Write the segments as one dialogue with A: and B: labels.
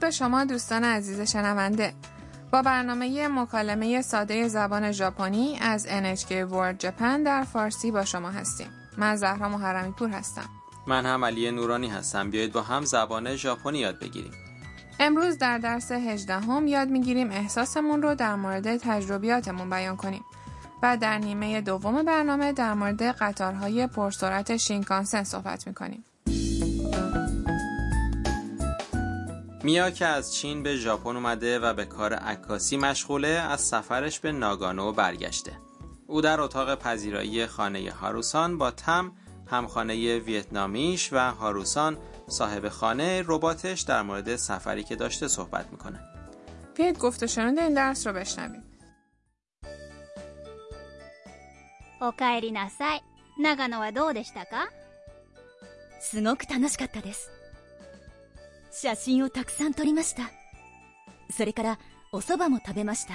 A: به شما دوستان عزیز شنونده با برنامه مکالمه ساده زبان ژاپنی از NHK World Japan در فارسی با شما هستیم من زهرا محرمی پور هستم
B: من هم علی نورانی هستم بیایید با هم زبان ژاپنی یاد بگیریم
A: امروز در درس هجدهم یاد میگیریم احساسمون رو در مورد تجربیاتمون بیان کنیم و در نیمه دوم برنامه در مورد قطارهای پرسرعت شینکانسن صحبت میکنیم
B: میا که از چین به ژاپن اومده و به کار عکاسی مشغوله از سفرش به ناگانو برگشته او در اتاق پذیرایی خانه هاروسان با تم همخانه ویتنامیش و هاروسان صاحب خانه رباتش در مورد سفری که داشته صحبت میکنه
A: بیایید گفت و شنود این درس رو بشنویم
C: お帰りなさい長野はどうでしたか
D: すごく楽しかったです写真をたくさん撮りましたそれからお蕎麦も食べました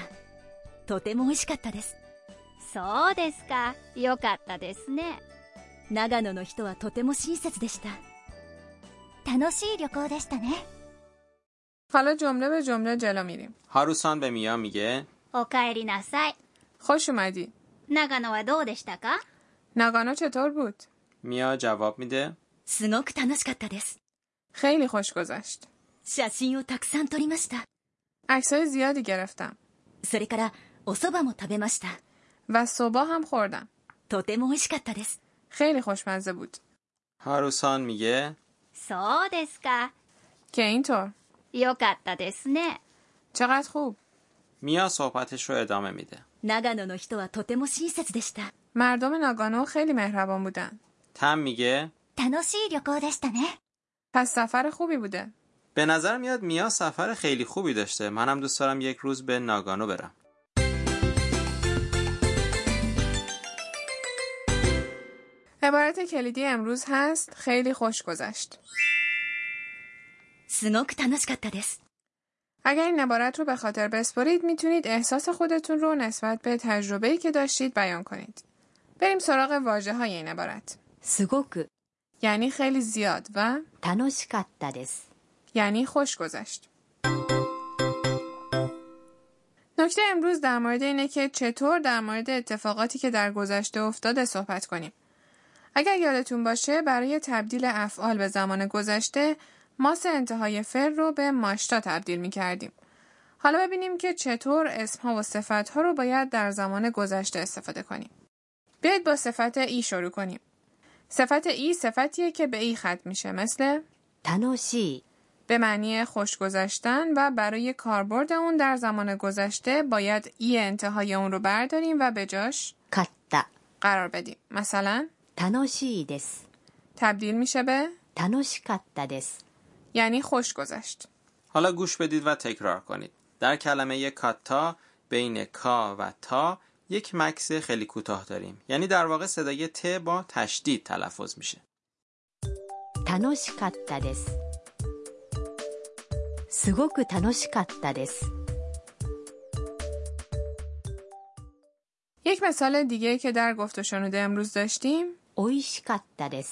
D: とても美味しかったです
C: そうですかよかったですね
D: 長野の人はとても親切でした
C: 楽しい旅行でしたね
A: حالا جمله به جمله جلو میریم
B: هاروسان به میا میگه
C: お帰りなさい
A: خوش اومدی
C: 長野はどうでしたか
A: ناگانو چطور بود
B: میا جواب میده
D: すごく楽しかったです
A: خیلی خوش گذشت
D: 写真をたくさん撮りました
A: عکسای زیادی گرفتم
D: それからお蕎麦も食べました
A: و صبح هم خوردم
D: とても美味しかったです
A: خیلی خوشمزه بود
B: هاروسان میگه
C: そうですか
A: که اینطور
C: よかったですね
A: چقدر خوب
B: میا صحبتش رو ادامه میده
D: 長野の人はとても親切でした
A: مردم ناگانو خیلی مهربان بودن
B: تم میگه
C: 楽しい旅行でしたね
A: پس سفر خوبی بوده
B: به نظر میاد میا سفر خیلی خوبی داشته منم دوست دارم یک روز به ناگانو برم
A: عبارت کلیدی امروز هست خیلی خوش گذشت
D: すごく楽しかったです
A: اگر این عبارت رو به خاطر بسپرید میتونید احساس خودتون رو نسبت به تجربه‌ای که داشتید بیان کنید بریم سراغ واجه های این عبارت
D: すごく
A: یعنی خیلی زیاد و
D: 楽しかったです
A: یعنی خوش گذشت نکته امروز در مورد اینه که چطور در مورد اتفاقاتی که در گذشته افتاده صحبت کنیم. اگر یادتون باشه برای تبدیل افعال به زمان گذشته ماس انتهای فعل رو به ماشتا تبدیل می کردیم. حالا ببینیم که چطور اسمها و صفتها رو باید در زمان گذشته استفاده کنیم. بیایید با صفت ای شروع کنیم. صفت ای صفتیه که به ای ختم میشه مثل
D: 楽しい
A: به معنی خوش گذشتن و برای کاربرد اون در زمان گذشته باید ای انتهای اون رو برداریم و به جاش
D: かった
A: قرار بدیم مثلا
D: 楽しいです
A: تبدیل میشه به
D: 楽しかったです
A: یعنی خوش گذشت
B: حالا گوش بدید و تکرار کنید در کلمه کاتا بین کا و تا یک مکس خیلی کوتاه داریم یعنی در واقع صدای ت با تشدید تلفظ میشه
D: 楽しかったですすごく楽しかったです
A: یک مثال دیگه که در گفت و شنوده امروز داشتیم
D: 美味しかったです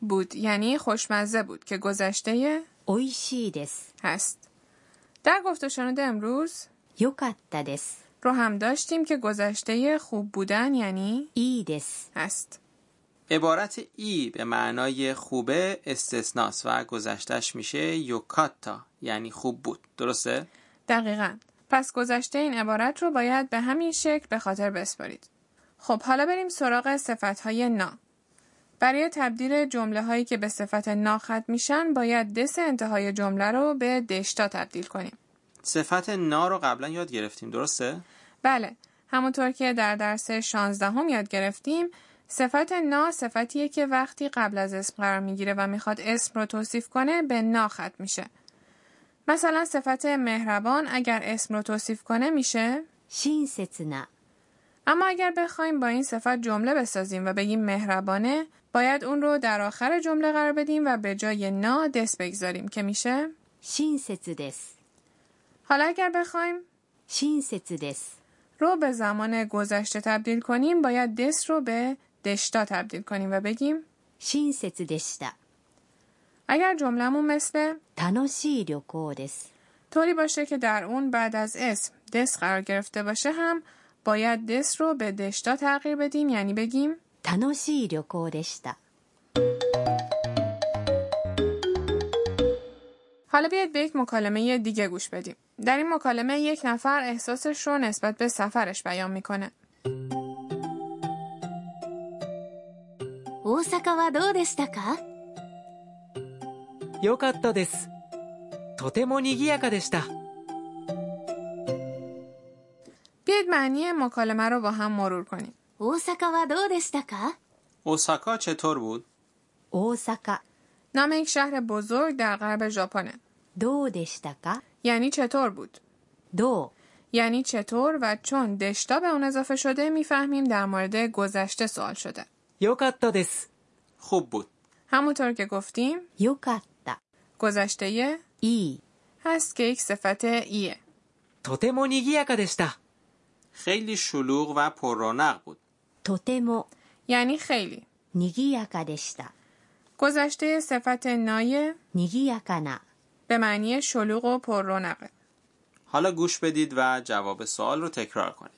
A: بود یعنی خوشمزه بود که گذشته
D: 美味しいです
A: هست در گفت و شنوده امروز
D: 良かったです
A: رو هم داشتیم که گذشته خوب بودن یعنی
D: いいです
A: هست
B: عبارت ای به معنای خوبه استثناس و گذشتش میشه یوکاتا یعنی خوب بود درسته؟
A: دقیقا. پس گذشته این عبارت رو باید به همین شکل به خاطر بسپارید. خب حالا بریم سراغ صفت های نا. برای تبدیل جمله هایی که به صفت نا ختم میشن باید دس انتهای جمله رو به دشتا تبدیل کنیم.
B: صفت نا رو قبلا یاد گرفتیم درسته؟
A: بله، همونطور که در درس 16 هم یاد گرفتیم، صفت نا صفتیه که وقتی قبل از اسم قرار میگیره و میخواد اسم رو توصیف کنه به نا ختم میشه. مثلا صفت مهربان اگر اسم رو توصیف کنه میشه
D: 親切な
A: اما اگر بخوایم با این صفت جمله بسازیم و بگیم مهربانه باید اون رو در آخر جمله قرار بدیم و به جای نا دس بگذاریم که میشه
D: 親切です
A: حالا اگر بخوایم
D: 親切です
A: رو به زمان گذشته تبدیل کنیم باید دس رو به دشتا تبدیل کنیم و بگیم
D: 親切でした
A: اگر جملهمون مثل
D: 楽しい旅行です
A: طوری باشه که در اون بعد از اسم دس قرار گرفته باشه هم باید دس رو به دشتا تغییر بدیم یعنی بگیم
E: 楽しい旅行でした
A: حالا بیاید به یک مکالمه دیگه گوش بدیم. در این مکالمه یک نفر احساسش رو نسبت به سفرش بیان میکنه.
D: 大阪はどうでしたか
F: 良かったですとても賑やかでした
A: بیاید معنی مکالمه رو با هم مرور کنیم.
D: 大阪はどうでしたか
B: اوساکا چطور بود؟
E: 大阪
A: نام یک شهر بزرگ در غرب ژاپنه.
E: どうでしたか
A: یعنی چطور بود؟
E: ど
A: یعنی چطور و چون دشتا به اون اضافه شده میفهمیم در مورد گذشته سوال شده.
F: 良かったです
B: خوب بود.
A: همونطور که گفتیم
E: うよかった
A: گذشته یه
E: いい
A: هست که یک صفت ایه.
F: とても賑やかでした
B: خیلی شلوغ و پررونق بود.
E: とても
A: یعنی خیلی.
E: 賑やかでした
A: گذشته صفت نایه
E: 賑やかな
A: به معنی شلوغ و پر رونقه.
B: حالا گوش بدید و جواب سوال رو تکرار کنید.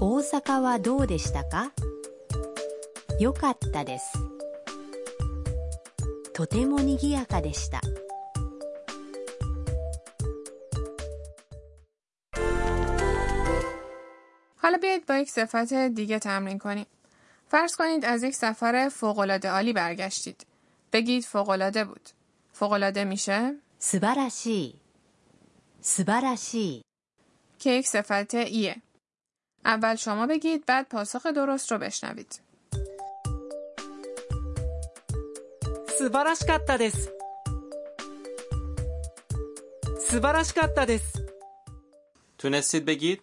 E: 大阪はどうでしたかよかったですとても賑やかでした
A: حالا بیایید با یک صفت دیگه تمرین کنیم. فرض کنید از یک سفر فوق‌العاده عالی برگشتید. بگید فوق‌العاده بود. فوق‌العاده میشه
E: 素晴らしい素晴らしい
A: که یک صفت ایه. اول شما بگید بعد پاسخ درست رو بشنوید.
F: 素晴らしかったです素晴らしかったです
B: تونستید بگید؟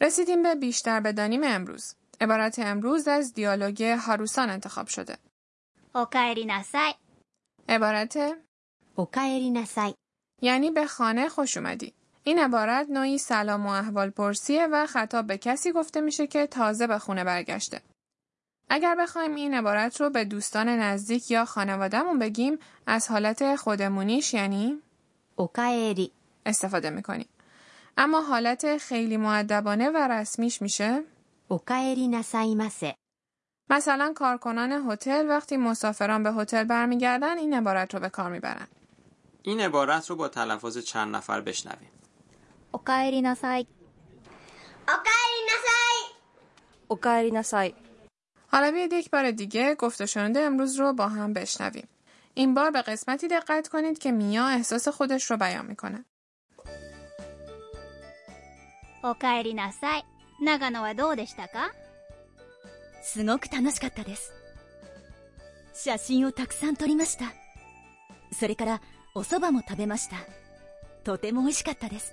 A: رسیدیم به بیشتر بدانیم امروز. عبارت امروز از دیالوگ هاروسان انتخاب شده.
C: おかえりなさい
A: عبارت
E: おかえりなさい
A: یعنی به خانه خوش اومدی. این عبارت نوعی سلام و احوال پرسیه و خطاب به کسی گفته میشه که تازه به خونه برگشته. اگر بخوایم این عبارت رو به دوستان نزدیک یا خانوادهمون بگیم از حالت خودمونیش یعنی
E: おかえり
A: استفاده میکنیم. اما حالت خیلی معدبانه و رسمیش میشه
E: おかえりなさいませ
A: مثلا کارکنان هتل وقتی مسافران به هتل برمیگردن این عبارت رو به کار میبرن.
B: این عبارت رو با تلفظ چند نفر بشنویم.
C: おかえりなさい
G: おかえりなさい
A: حالا بیاید یک بار دیگه گفت و شنود امروز رو با هم بشنویم. این بار به قسمتی دقت کنید که میا احساس خودش رو بیان میکنه.
C: おかえりなさい長野はどうでしたか
D: すごく楽しかったです写真をたくさん撮りましたそれからお蕎麦も食べましたとても美味しかったです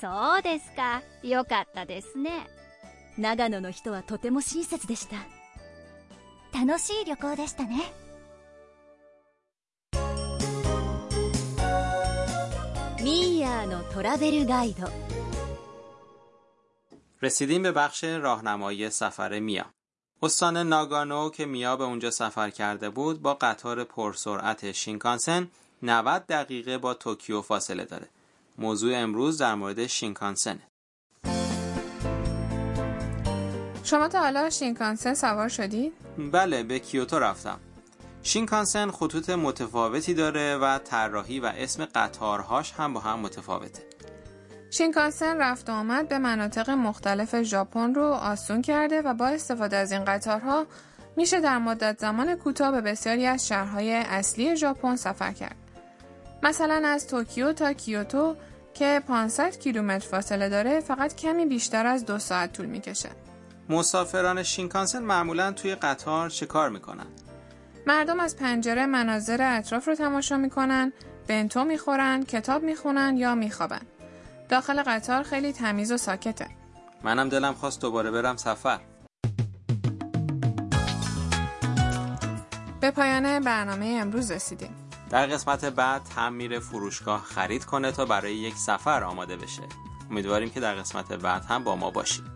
C: そうですかよかったですね
D: 長野の人はとても親切でした
C: 楽しい旅行でしたね
D: ミーヤーのトラベルガイド
B: رسیدیم به بخش راهنمایی سفر میا. استان ناگانو که میا به اونجا سفر کرده بود با قطار پرسرعت شینکانسن 90 دقیقه با توکیو فاصله داره. موضوع امروز در مورد شینکانسنه.
A: شما تا حالا شینکانسن سوار شدید؟
B: بله به کیوتو رفتم. شینکانسن خطوط متفاوتی داره و طراحی و اسم قطارهاش هم با هم متفاوته.
A: شینکانسن رفت و آمد به مناطق مختلف ژاپن رو آسون کرده و با استفاده از این قطارها میشه در مدت زمان کوتاه به بسیاری از شهرهای اصلی ژاپن سفر کرد. مثلا از توکیو تا کیوتو که 500 کیلومتر فاصله داره فقط کمی بیشتر از دو ساعت طول میکشه.
B: مسافران شینکانسن معمولا توی قطار چه کار میکنن؟
A: مردم از پنجره مناظر اطراف رو تماشا میکنن، بنتو میخورن، کتاب میخونن یا میخوابن. داخل قطار خیلی تمیز و ساکته.
B: منم دلم خواست دوباره برم سفر.
A: به پایان برنامه امروز رسیدیم.
B: در قسمت بعد هم میره فروشگاه خرید کنه تا برای یک سفر آماده بشه. امیدواریم که در قسمت بعد هم با ما باشید.